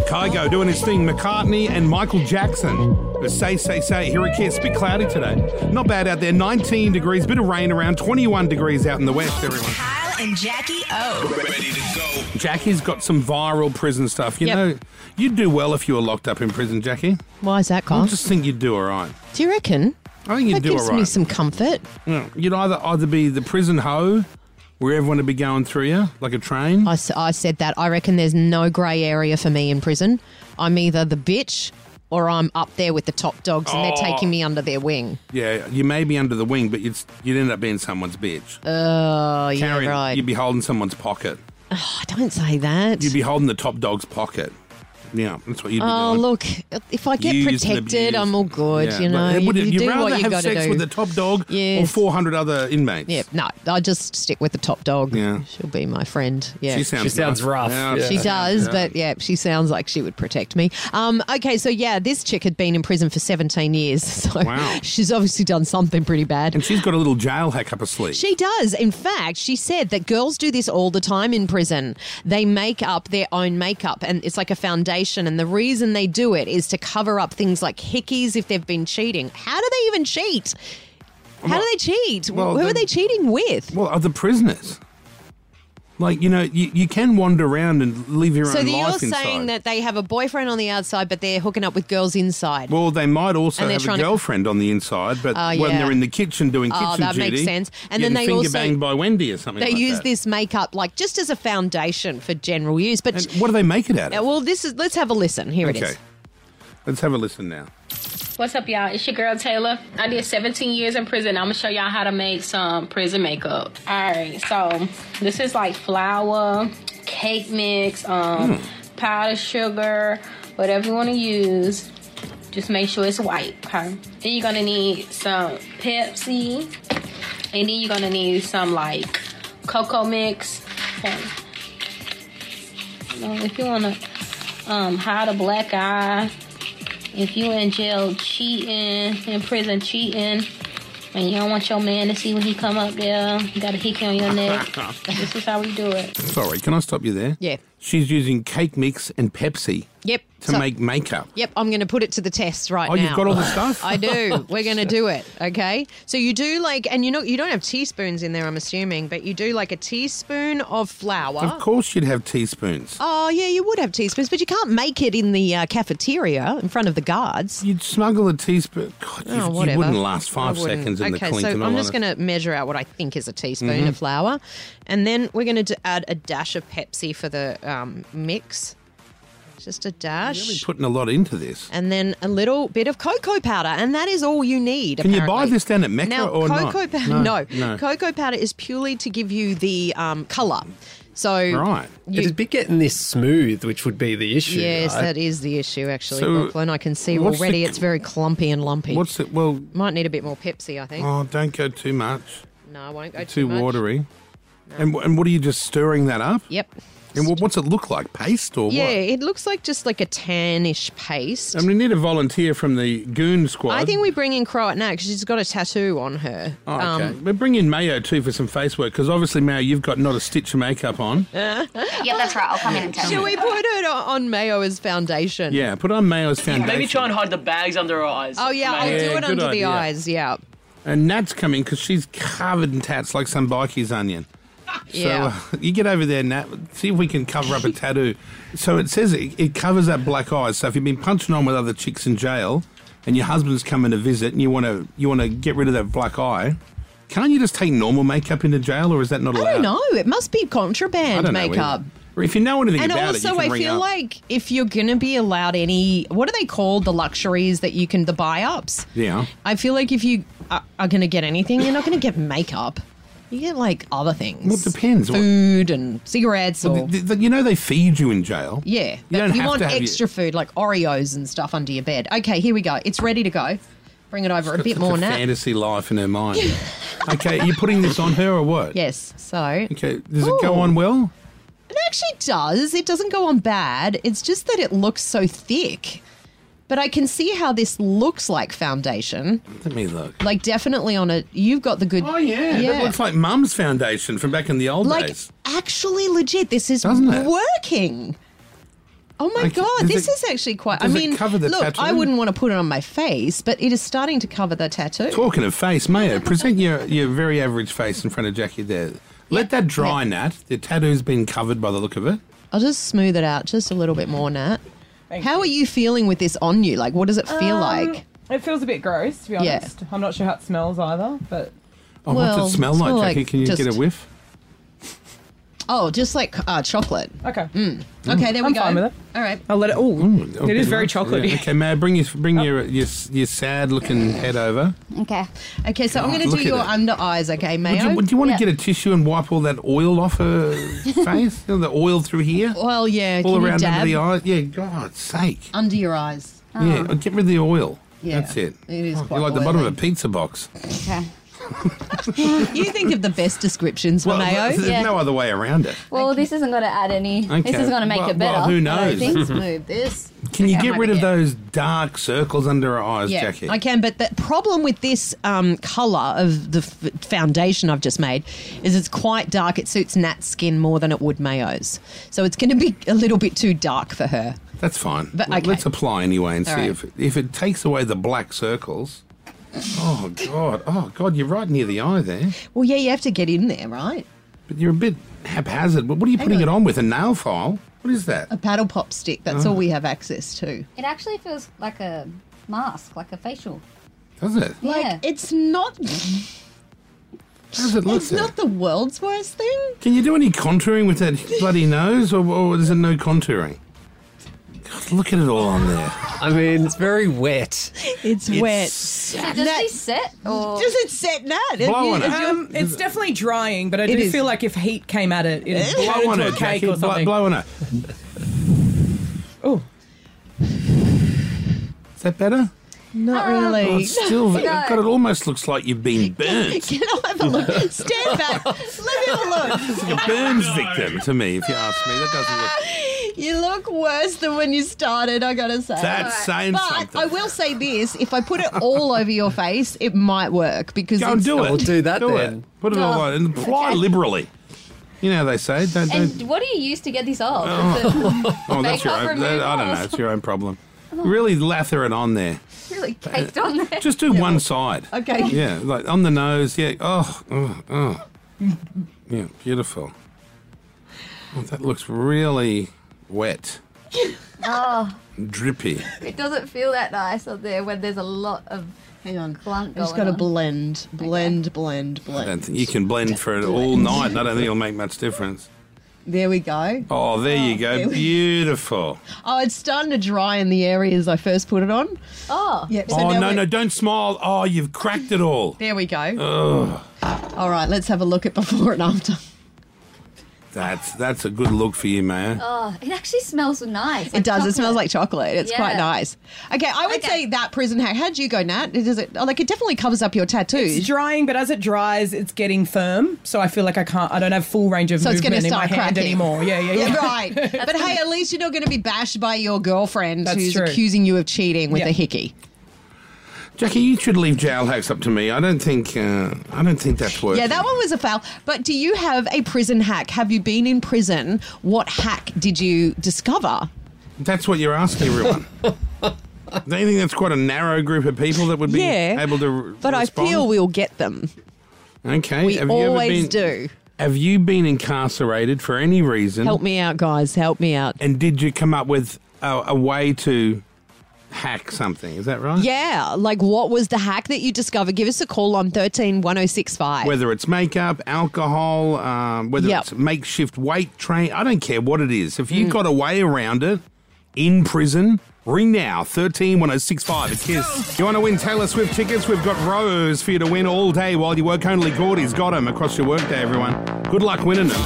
Kygo doing his thing. McCartney and Michael Jackson. The Say, say, say. Here it kiss. Bit cloudy today. Not bad out there. 19 degrees. Bit of rain around. 21 degrees out in the west, everyone. Kyle and Jackie O. Ready to go. Jackie's got some viral prison stuff. You Yep. know, you'd do well if you were locked up in prison, Jackie. Why is that, I Kyle? just think you'd do all right. Do you reckon? I think you'd That do gives all right. me some comfort. Yeah, You'd either either be the prison hoe, where everyone would be going through you like a train. I, s- I said that. I reckon there's no grey area for me in prison. I'm either the bitch or I'm up there with the top dogs and they're taking Oh. me under their wing. yeah, you may be under the wing, but you'd you'd end up being someone's bitch. Oh, yeah, Carrying- right. You'd be holding someone's pocket. Oh, don't say that. You'd be holding the top dog's pocket. Yeah, that's what you'd be oh, doing. look, if I get Used and protected, abused. I'm all good, Yeah, you know. but You, would you you'd do rather what you have got to sex do. with the top dog or Yes. 400 other inmates. yeah, no, I just stick with the top dog. Yeah. She'll be my friend. Yeah. She sounds, She sounds rough. Yeah. She does, Yeah. but yeah, she sounds like she would protect me. Um, okay, so yeah, this chick had been in prison for 17 years, so Wow. she's obviously done something pretty bad. And she's got a little jail hack up her sleeve. She does. In fact, she said that girls do this all the time in prison. They make up their own makeup and it's like a foundation. And the reason they do it is to cover up things like hickeys if they've been cheating. How do they even cheat? How do they cheat? well, Who they- are they cheating with? Well, other prisoners. Like, you know, you, you can wander around and live your So own that you're life saying inside. that they have a boyfriend on the outside, but they're hooking up with girls inside. well, they might also And they're have a trying to- girlfriend on the inside, but Oh, when yeah. they're in the kitchen doing Oh, kitchen that duty, makes sense. getting And then they finger also- banged by Wendy or something. they like use that. this makeup like just as a foundation for general use. But And what do they make it out Uh, of? well, this is let's have a listen. Here it okay, is. let's have a listen now. What's up, y'all? It's your girl Taylor. I did 17 years in prison. I'm gonna show y'all how to make some prison makeup. All right, so this is like flour, cake mix, um, powdered sugar, whatever you want to use. Just make sure it's white. Okay. Then you're gonna need some Pepsi, and then you're gonna need some like cocoa mix. Okay. Now, if you wanna um, hide a black eye, if you in jail cheating, in prison cheating, and you don't want your man to see when he come up there, you got a hickey on your neck. this is how we do it. Sorry, can I stop you there? Yeah. She's using cake mix and Pepsi Yep. to so- make makeup. Yep, I'm going to put it to the test right Oh, now. you've got all the stuff? I do. We're going to do it. Okay. So you do like, and you know, you don't have teaspoons in there. I'm assuming, but you do like a teaspoon of flour. Of course, you'd have teaspoons. Oh yeah, you would have teaspoons, but you can't make it in the uh, cafeteria in front of the guards. You'd smuggle a teaspoon. God, you- Oh, you, whatever. wouldn't last five I wouldn't. seconds in okay, the clink. so in all I'm just honesty. going to measure out what I think is a teaspoon Mm-hmm. of flour, and then we're going to add a dash of Pepsi for the um, mix. Just a dash. Really putting a lot into this. and then a little bit of cocoa powder, and that is all you need. Can you buy apparently. this down at Mecca Now, or not? cocoa powder, no, no. cocoa powder is purely to give you the um, color. So, Right. you- It'd be getting this smooth, which would be the issue. yes, right? that is the issue. Actually, So, Brooklyn, I can see what's the already c- it's very clumpy and lumpy. What's it? Well, Might need a bit more Pepsi, I think. oh, don't go too much. no, I won't go too, Too, much. watery. And, wh- and what are you just stirring that up? Yep. And wh- what's it look like? Paste or Yeah, what? it looks like just like a tannish paste. And we need a volunteer from the goon squad. I think we bring in Croat now because she's got a tattoo on her. Um, Oh, okay. we bring in Mayo too for some face work because obviously, Mayo, you've got not a stitch of makeup on. Yeah, that's right. I'll come in and tell Should you. we put it on on Mayo as foundation? Yeah, put on Mayo's foundation. Maybe try and hide the bags under her eyes. Oh yeah, I'll Maybe. Yeah, do it good under the idea. eyes. Yeah, And Nat's coming because she's covered in tats like some bikie's onion. yeah. So uh, you get over there, Nat. See if we can cover up a tattoo. So it says it, it covers up black eyes. So if you've been punching on with other chicks in jail, and your husband's coming to visit, and you want to you want to get rid of that black eye, can't you just take normal makeup into jail, or is that not allowed? I don't know. It must be contraband I don't know makeup. either. Or If you know anything And about it, you also, can I ring feel up. like if you're gonna be allowed any, what are they called? The luxuries that you can, the buy ups. yeah. I feel like if you are, are gonna get anything, you're not gonna get makeup. You get like other things. Well, it depends. What- Food and cigarettes or. Th- th- You know they feed you in jail. yeah, you don't but you have want to have your- extra food like Oreos and stuff under your bed. Okay, here we go. It's ready to go. Bring it over a Got bit such more a now. fantasy life in her mind. okay, you putting this on her or what? Yes. So Okay, does it go Ooh. on well? It actually does. It doesn't go on bad. It's just that it looks so thick. But I can see how this looks like foundation. Let me look. Like definitely on a you've got the good Oh yeah, that looks like Mum's foundation from back in the old Like, days. actually legit this is Doesn't it? working. Oh my Like, god, does this it- is actually quite. I does it mean, cover the look, I tattoo? wouldn't want to put it on my face, but it is starting to cover the tattoo. Talking of face, Mayo, present your, your very average face in front of Jackie there. Let that dry, Nat. The tattoo's been covered by the look of it. I'll just smooth it out just a little bit more, Nat. How are you feeling with this on you? Like, what does it feel Um, like? It feels a bit gross, to be Yeah. honest. I'm not sure how it smells either, but Oh, Well, what's it smell like, smell Jackie? like Can you get a just- whiff? Oh, just like uh, chocolate. okay. Mm. Okay, there we I'm go. fine with it. All right. I'll let it. Oh, Okay, it is very nice. Yeah. chocolatey. Oh. Okay, Mayo, bring your bring your your, your sad looking head over. Okay. Okay, so I'm God, going to look do at your it. under eyes. Okay, Would Mayo. you, would you want to Yeah. get a tissue and wipe all that oil off her face? You know, the oil through here, well, yeah. all can you around dab under the eye. Yeah, God's sake. under your eyes? Yeah, uh, get rid of the oil. Yeah, That's it. it is Oh, quite You're like the bottom of oily. a pizza box. Okay. You think of the best descriptions for Well, Mayo. there's Yeah. no other way around it. Well, this isn't going to add any. Okay. This is going to make Well- it better. well, who I don't knows? think. Move this. Can you Okay, get I'm rid of happy. those dark circles under her eyes, Yeah, Jackie? I can. But the problem with this um, color of the f- foundation I've just made is it's quite dark. It suits Nat's skin more than it would Mayo's, so it's going to be a little bit too dark for her. That's fine. But, Let- okay. Let's apply anyway and see All right. if if it takes away the black circles. Oh God! Oh God! You're right near the eye there, Well, yeah, you have to get in there, right? but you're a bit haphazard. But what are you putting on. it on with? A nail file? What is that? A paddle pop stick. That's all we have access to. It actually feels like a mask, like a facial. Does it? yeah. Like it's not. Does it look? It's there? not the world's worst thing. Can you do any contouring with that bloody nose, or, or is it no contouring? God, look at it all on there. I mean, it's very wet. It's, wet. so does that- she set or Does it set Nat? Have Blow you- on have it. you- Um, it's definitely drying, but I It do is. feel like if heat came at it, it'd blow Blow on into a it, cake Jackie. or Blow, something. blow on it. Oh, Is that better? Not Oh, really. it's still, God, it almost looks like you've been burnt. Can I have a look? Stand back. Let me have a look. It's like a burns victim to me, if you ask me. That doesn't look. You look worse than when you started, I gotta say. That's saying but something. I will say this if I put it all over your face, it might work because Go and it's- do it. We'll do that do then. It. Put it all Oh, on and apply liberally. You know how they say, don't. don't And what do you use to get this off? Is it oh, that's your makeup own. That, I don't know. removals? It's your own problem. Really lather it on there. really caked on there? Just do one side. Okay. Yeah, like on the nose. Yeah. Oh, oh, oh. Yeah, beautiful. Oh, that looks really wet, Ah. Oh, drippy. it doesn't feel that nice up there when there's a lot of Hang on. blunt I just going gotta on. blend, blend, blend, I don't blend. think you can blend for it all night. and I don't think it'll make much difference. There we go. Oh, there you go. there we- Beautiful. Oh, it's starting to dry in the areas I first put it on. Oh, Yep. so oh now no, we- no, don't smile. Oh, you've cracked it all. There we go. All right, let's have a look at before and after. That's that's a good look for you, Maya. oh, it actually smells nice. It does. It smells like chocolate. It's quite Yeah. nice. Okay, I would Okay. say that prison hack. How'd you go, Nat? Does it oh, like it definitely covers up your tattoos? it's drying, but as it dries, it's getting firm. So I feel like I can't. I don't have full range of So it's gonna movement in my start hand cracking. anymore. Yeah, yeah, yeah. Yeah, right. but hey, at least you're not going to be bashed by your girlfriend That's who's true. accusing you of cheating with Yeah. a hickey. Jackie, you should leave jail hacks up to me. I don't think uh, I don't think that's working. Yeah, that one was a fail. But do you have a prison hack? Have you been in prison? What hack did you discover? That's what you're asking everyone. Do you think that's quite a narrow group of people that would be Yeah, able to? r- But respond? I feel we'll get them. okay. We have you ever been- always do. Have you been incarcerated for any reason? Help me out, guys. Help me out. And did you come up with a, a way to hack something? Is that right? Yeah, like what was the hack that you discovered? Give us a call on oh 13 1065. Whether it's makeup, alcohol, um, whether Yep. it's makeshift weight train, I don't care what it is. If you've got a way around it in prison, ring now 131065 a kiss. You want to win Taylor Swift tickets? We've got rows for you to win all day while you work. Only Gordy's got them across your workday, everyone. Good luck winning them.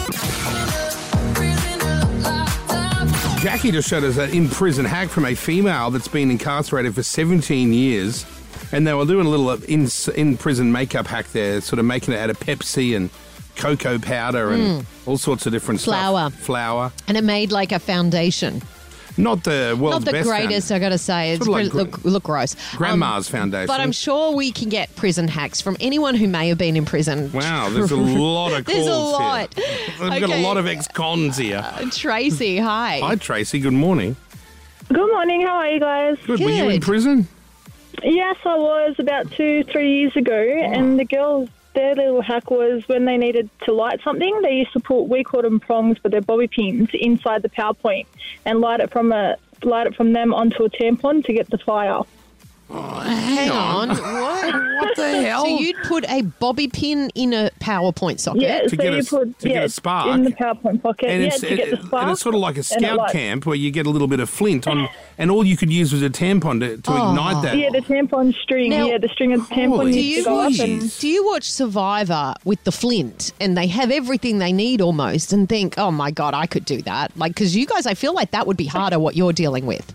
Jackie just showed us that in prison hack from a female that's been incarcerated for 17 years. And they were doing a little in, in prison makeup hack there, sort of making it out of Pepsi and cocoa powder and all sorts of different Hmm. Flour. stuff. Flour. and it made like a foundation. Not the world's Not the best greatest, found- I gotta say. It's Sort of pre- like gr- look, look gross. Um, Grandma's foundation. But I'm sure we can get prison hacks from anyone who may have been in prison. Wow, there's a lot of calls There's a lot. here. We've got a Okay. Uh, lot of ex-cons here. Tracy, hi. Hi, Tracy. Good morning. Good morning. How are you guys? Good. Were you in Good. prison? Yes, I was about two, three years ago, and the girls, their little hack was when they needed to light something, they used to put we called them prongs, but they're bobby pins inside the PowerPoint and light it from a light it from them onto a tampon to get the fire. Hang on. What? What the hell? So you'd put a bobby pin in a PowerPoint socket? Yeah, to so get you a- put to get yeah, a spark. in the PowerPoint pocket. And yeah, it's to get the spark. and it's sort of like a and it scout lights. camp where you get a little bit of flint on, and all you could use was a tampon to, to Oh. ignite that. Yeah, the tampon string. Now- yeah, the string of the Holy tampon Do used you to go up jeez. and do you watch Survivor with the Flint and they have everything they need almost and think, oh my god, I could do that? Like, because you guys, I feel like that would be harder what you're dealing with.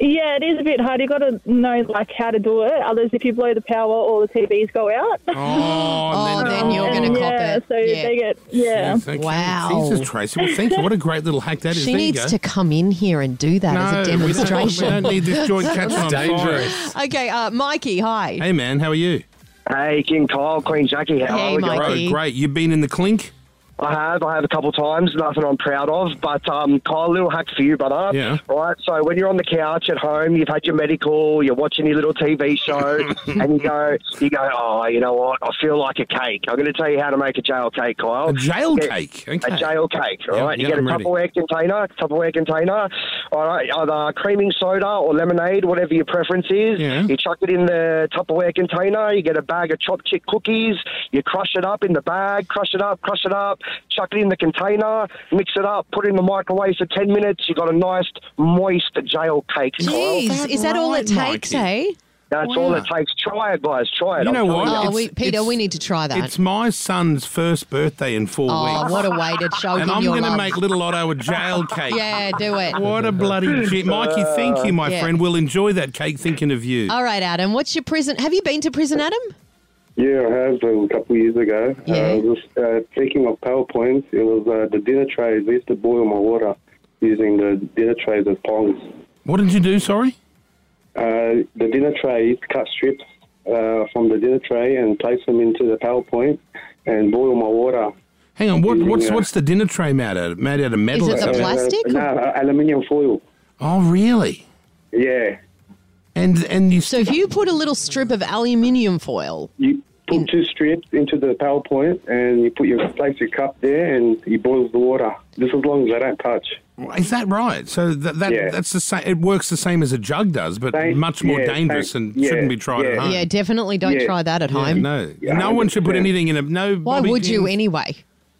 Yeah, it is a bit hard. You got to know like how to do it. Others, if you blow the power, all the TVs go out. Oh, Oh, and then you're going to cop yeah, it. so Yeah. they get yeah. Okay. Wow. Jesus, Tracy. Well, thank you. What a great little hack that is. There she you needs go. to come in here and do that as a No, we don't- demonstration. We don't, need this joint catching on fire. Dangerous. Okay, uh, Mikey, hi. Hey, man, how are you? Hey, King Kyle, Queen Jackie, how Hey, are we Mike. going? Bro, Mikey. great. You've been in the clink? I have, I have a couple times, nothing I'm proud of, but um, Kyle, a little hack for you, brother. Yeah. Right, so when you're on the couch at home, you've had your medical, you're watching your little TV show, and you go, you go, oh, you know what, I feel like a cake. I'm going to tell you how to make a jail cake, Kyle. A jail Get- cake? Okay. Oh, A jail cake, all Yeah, right? yeah, you get I'm a ready. Tupperware container, Tupperware container, all right, either creaming soda or lemonade, whatever your preference is. Yeah. You chuck it in the Tupperware container, you get a bag of chopped chip cookies, you crush it up in the bag, crush it up, crush it up, chuck it in the container, mix it up, put it in the microwave for 10 minutes, you got a nice, moist jail cake. Kyle. Jeez, is that all it right, takes, eh? That's all it takes. Try it, guys, try it. You I'm know telling what? Oh, It's- we, Peter, it's- we need to try that. It's my son's first birthday in four Oh, weeks. what a way to show him and I'm your going to love. make little Otto a jail cake. yeah, do it. What a bloody shit. Mikey, thank you, my Yeah. Uh, friend. We'll enjoy that cake thinking of you. All right, Adam. What's your prison? Have you been to prison, Adam? Yeah, I have um, a couple of years ago. Yeah. Uh, I was just uh, speaking of PowerPoints, it was uh, the dinner trays. I used to boil my water using the dinner trays as tongs. What did you do, sorry? Uh, the dinner trays, cut strips uh, from the dinner tray and place them into the PowerPoint and boil my water. Hang on, what, what's Yeah. what's the dinner tray made out of? Made out of metal? Is it or the something? plastic? Uh, no, aluminium foil. oh, really? Yeah. And and you So if you put a little strip of aluminium foil, You put two strips into the PowerPoint and you put your place your cup there and you boil the water. Just as long as they don't touch. Is that right? So that, that Yeah. that's the same. It works the same as a jug does, but Same- much more yeah, dangerous same- and yeah, shouldn't be tried at yeah. home. yeah, definitely don't Yeah. try that at home. No, Yeah, no one should put 100%. anything in a no. Why Bobby would you pins. anyway?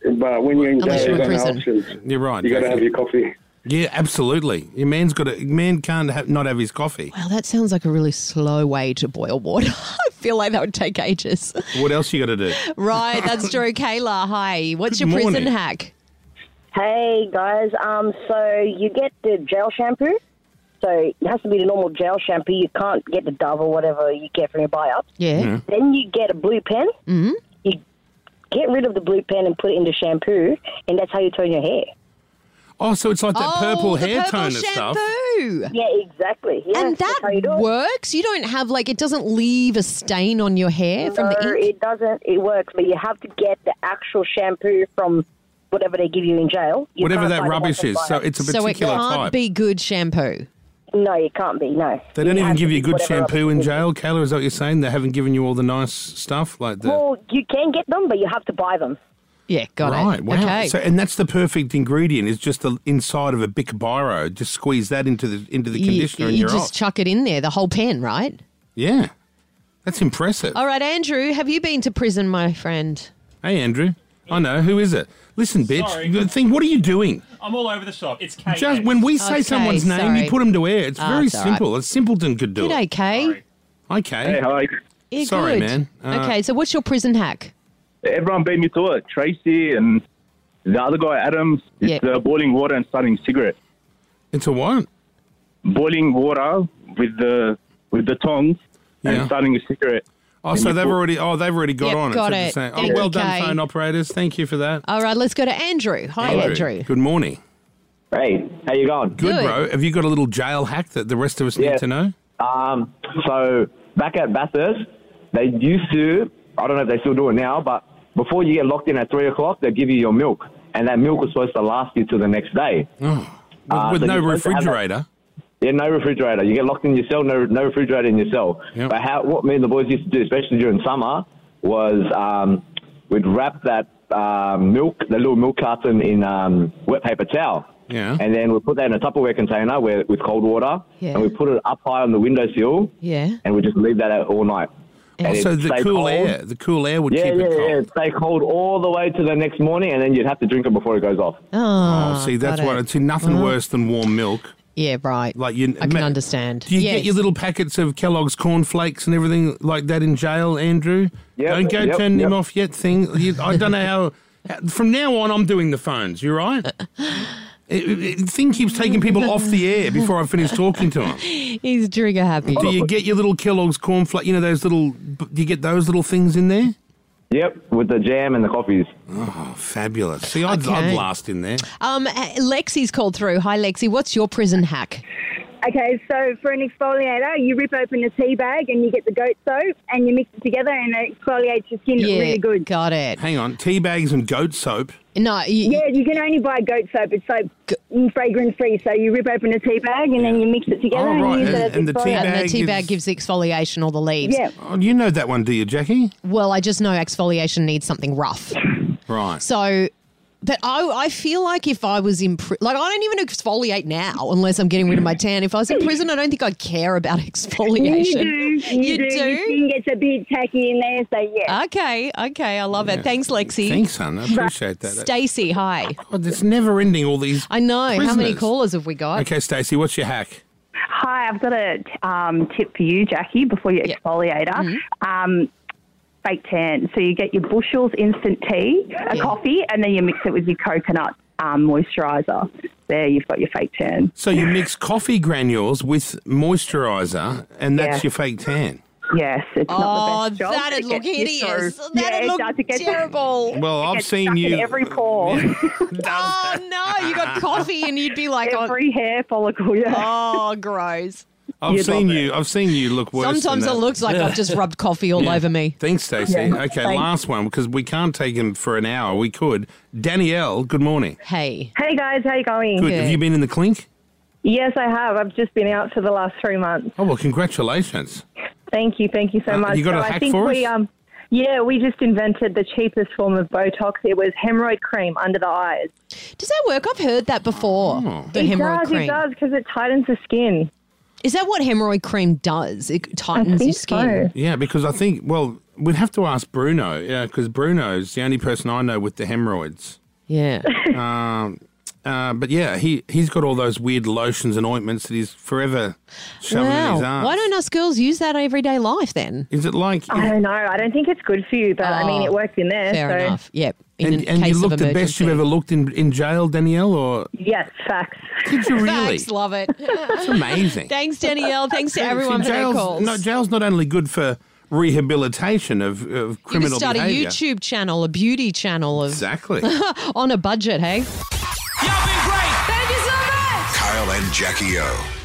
But when you're in Unless jail, you're you've in got no prison. options. You're right. you got to have definitely. your coffee. yeah, absolutely. Your man's got a man can't ha not have his coffee. Well, that sounds like a really slow way to boil water. I feel like that would take ages. What else you got to do? Right, that's true. Kayla, hi. What's Good your prison morning. hack? Hey guys, um, so you get the gel shampoo. So it has to be the normal gel shampoo. You can't get the Dove or whatever you get from your buy-up. Yeah. Then you get a blue pen. Mm-hmm. You get rid of the blue pen and put it in the shampoo, and that's how you turn your hair. Oh, so it's like that Oh, purple the hair purple toner stuff. shampoo. Yeah, exactly. Yeah, And that's how you do that it. works. You don't have like it doesn't leave a stain on your hair from no, the ink. it doesn't. It works, but you have to get the actual shampoo from whatever they give you in jail. You Whatever can't that buy the one rubbish from is. buy-up. So it's a so particular it can't type. be good shampoo. no, it can't be. No, they don't even have give to you be good whatever shampoo rubbish in it is. jail, Kayla. Is that what you're saying? They haven't given you all the nice stuff like the. Well, you can get them, but you have to buy them. Yeah, got Right. it. Wow. Okay. So, and that's the perfect ingredient is just the inside of a Bic Biro. Just squeeze that into the into the You- conditioner, you, and you're just off. chuck it in there, the whole pen, right? yeah, that's impressive. All right, Andrew, have you been to prison, my friend? Hey, Andrew. I know who is it. Listen, bitch. The thing. What are you doing? I'm all over the shop. It's Just when we say Okay, someone's name, sorry. you put them to air. It's Ah, very it's all right. simple. A simpleton could do Good, it. okay. Okay. Hey, hi. Yeah, Sorry, good. man. Uh, okay, so what's your prison hack? Everyone beat me to it. Tracy and the other guy, Adam. Yeah. It's uh, boiling water and starting cigarette. It's a what? Boiling water with the with the tongs Yeah. and starting a cigarette. Oh, so you they've put- already. Oh, they've already got Yep, on got it. so it. it's the same. Thank Oh, well you, done, Kay. Oh, phone operators. Thank you for that. All right, let's go to Andrew. Hi, Andrew. Good morning. Hey, how you going? Good, Good. bro. Have you got a little jail hack that the rest of us Yeah. need to know? Um, so back at Bathurst, they used to, I don't know if they still do it now, but before you get locked in at 3 o'clock, they give you your milk. And that milk was supposed to last you till the next day. Oh, with, Uh, with so no you're supposed to have that- refrigerator. Yeah, no refrigerator. You get locked in your cell, no, no refrigerator in your cell. But how, what me and the boys used to do, especially during summer, was um, we'd wrap that um, milk, the little milk carton in um, wet paper towel. Yeah. And then we put that in a Tupperware container where, with cold water, Yeah. and we put it up high on the windowsill, Yeah. and we just leave that out all night. And Oh, so it the stayed cool cold. air, the cool air would yeah, keep yeah, it cold. yeah. Stay cold all the way to the next morning, and then you'd have to drink it before it goes off. Oh, See, that's got what it. it's nothing Well, worse than warm milk. Yeah, right. Like you, I can understand. Do you Yes. get your little packets of Kellogg's cornflakes and everything like that in jail, Andrew? Don't go yep, turning them yep. off yet, thing. You, I don't know how, how- From now on, I'm doing the phones. You right? It, it, it- thing keeps taking people off the air before I finish talking to them. He's trigger happy. Do you get your little Kellogg's cornflakes? You know those little. Do you get those little things in there? Yep, with the jam and the coffees. Oh, fabulous! See, I'd, I'd Okay. last in there. Um, Lexi's called through. Hi, Lexi. What's your prison hack? Okay, so for an exfoliator, you rip open a tea bag and you get the goat soap and you mix it together and it exfoliates your skin really good. Got it. Hang on, tea bags and goat soap. No, yeah, you can only buy goat soap. It's like fragrance free. So you rip open a tea bag and then you mix it together Oh, and right, you use and- it as and the tea exfoliator. And the Bag tea is- bag gives the exfoliation or the leaves. Yeah. Oh, you know that one, do you, Jackie? Well, I just know exfoliation needs something rough. Right. So, but I, I feel like if I was in, pri- like I don't even exfoliate now unless I'm getting rid of my tan. If I was in prison, I don't think I'd care about You exfoliation. do. You, You do. do? Your skin gets a bit tacky in there, so yeah. Okay, okay, I love it. Thanks, Lexi. Thanks, hon. I appreciate that. Stacey, hi. God, it's never ending. All these. I know. How many Prisoners. callers have we got? Okay, Stacey, what's your hack? Hi, I've got a um, tip for you, Jackie, before your exfoliator. Mm-hmm. Um, fake tan. So you get your bushels instant tea, a coffee, and then you mix it with your coconut um, moisturiser. There, you've got your fake tan. So you mix coffee granules with moisturizer, and that's Yeah. your fake tan. Yes, it's Oh, not the best job. that'd but it look gets you hideous. through. That'd yeah, it look does. It gets terrible. Well, it I've gets seen stuck in you- every pore. Oh no, you got coffee and you'd be like, oh, every hair follicle. Yeah. oh gross. I've You'd seen you. I've seen you look worse. than Sometimes it that. looks like I've just rubbed coffee all Yeah. over me. Thanks, Stacey. Yeah, okay, thanks. last one because we can't take him for an hour. We could. Danielle, good morning. Hey. Hey guys, how you going? Good. Have you been in the clink? Yes, I have. I've just been out for the last three months. Oh well, congratulations. Thank you, thank you so Uh, much. you got so a I hack think for we us? um yeah, we just invented the cheapest form of Botox. It was hemorrhoid cream under the eyes. Does that work? I've heard that before. Oh. The it hemorrhoid does, cream. It does because it tightens the skin. Is that what hemorrhoid cream does? It tightens your skin. Yeah, because I think well, we'd have to ask Bruno. Yeah, because Bruno's the only person I know with the hemorrhoids. Yeah. um, uh, but yeah, he he's got all those weird lotions and ointments that he's forever shoving in his Wow. arm. Why don't us girls use that everyday life then? Is it like? I don't know. I don't think it's good for you, but I mean, Oh, it worked in there. Fair so. enough. Yep. In and a and case you look of the best emergency. you've ever looked in in jail, Danielle, or Yes, facts. did you really? Thanks, love it. It's amazing. Thanks, Danielle. Thanks to everyone See, for their jail's, calls. No, jail's not only good for rehabilitation of, of you criminal could start behavior. a YouTube channel, a beauty channel. Of, Exactly. on a budget, hey? Kyle and Jackie O.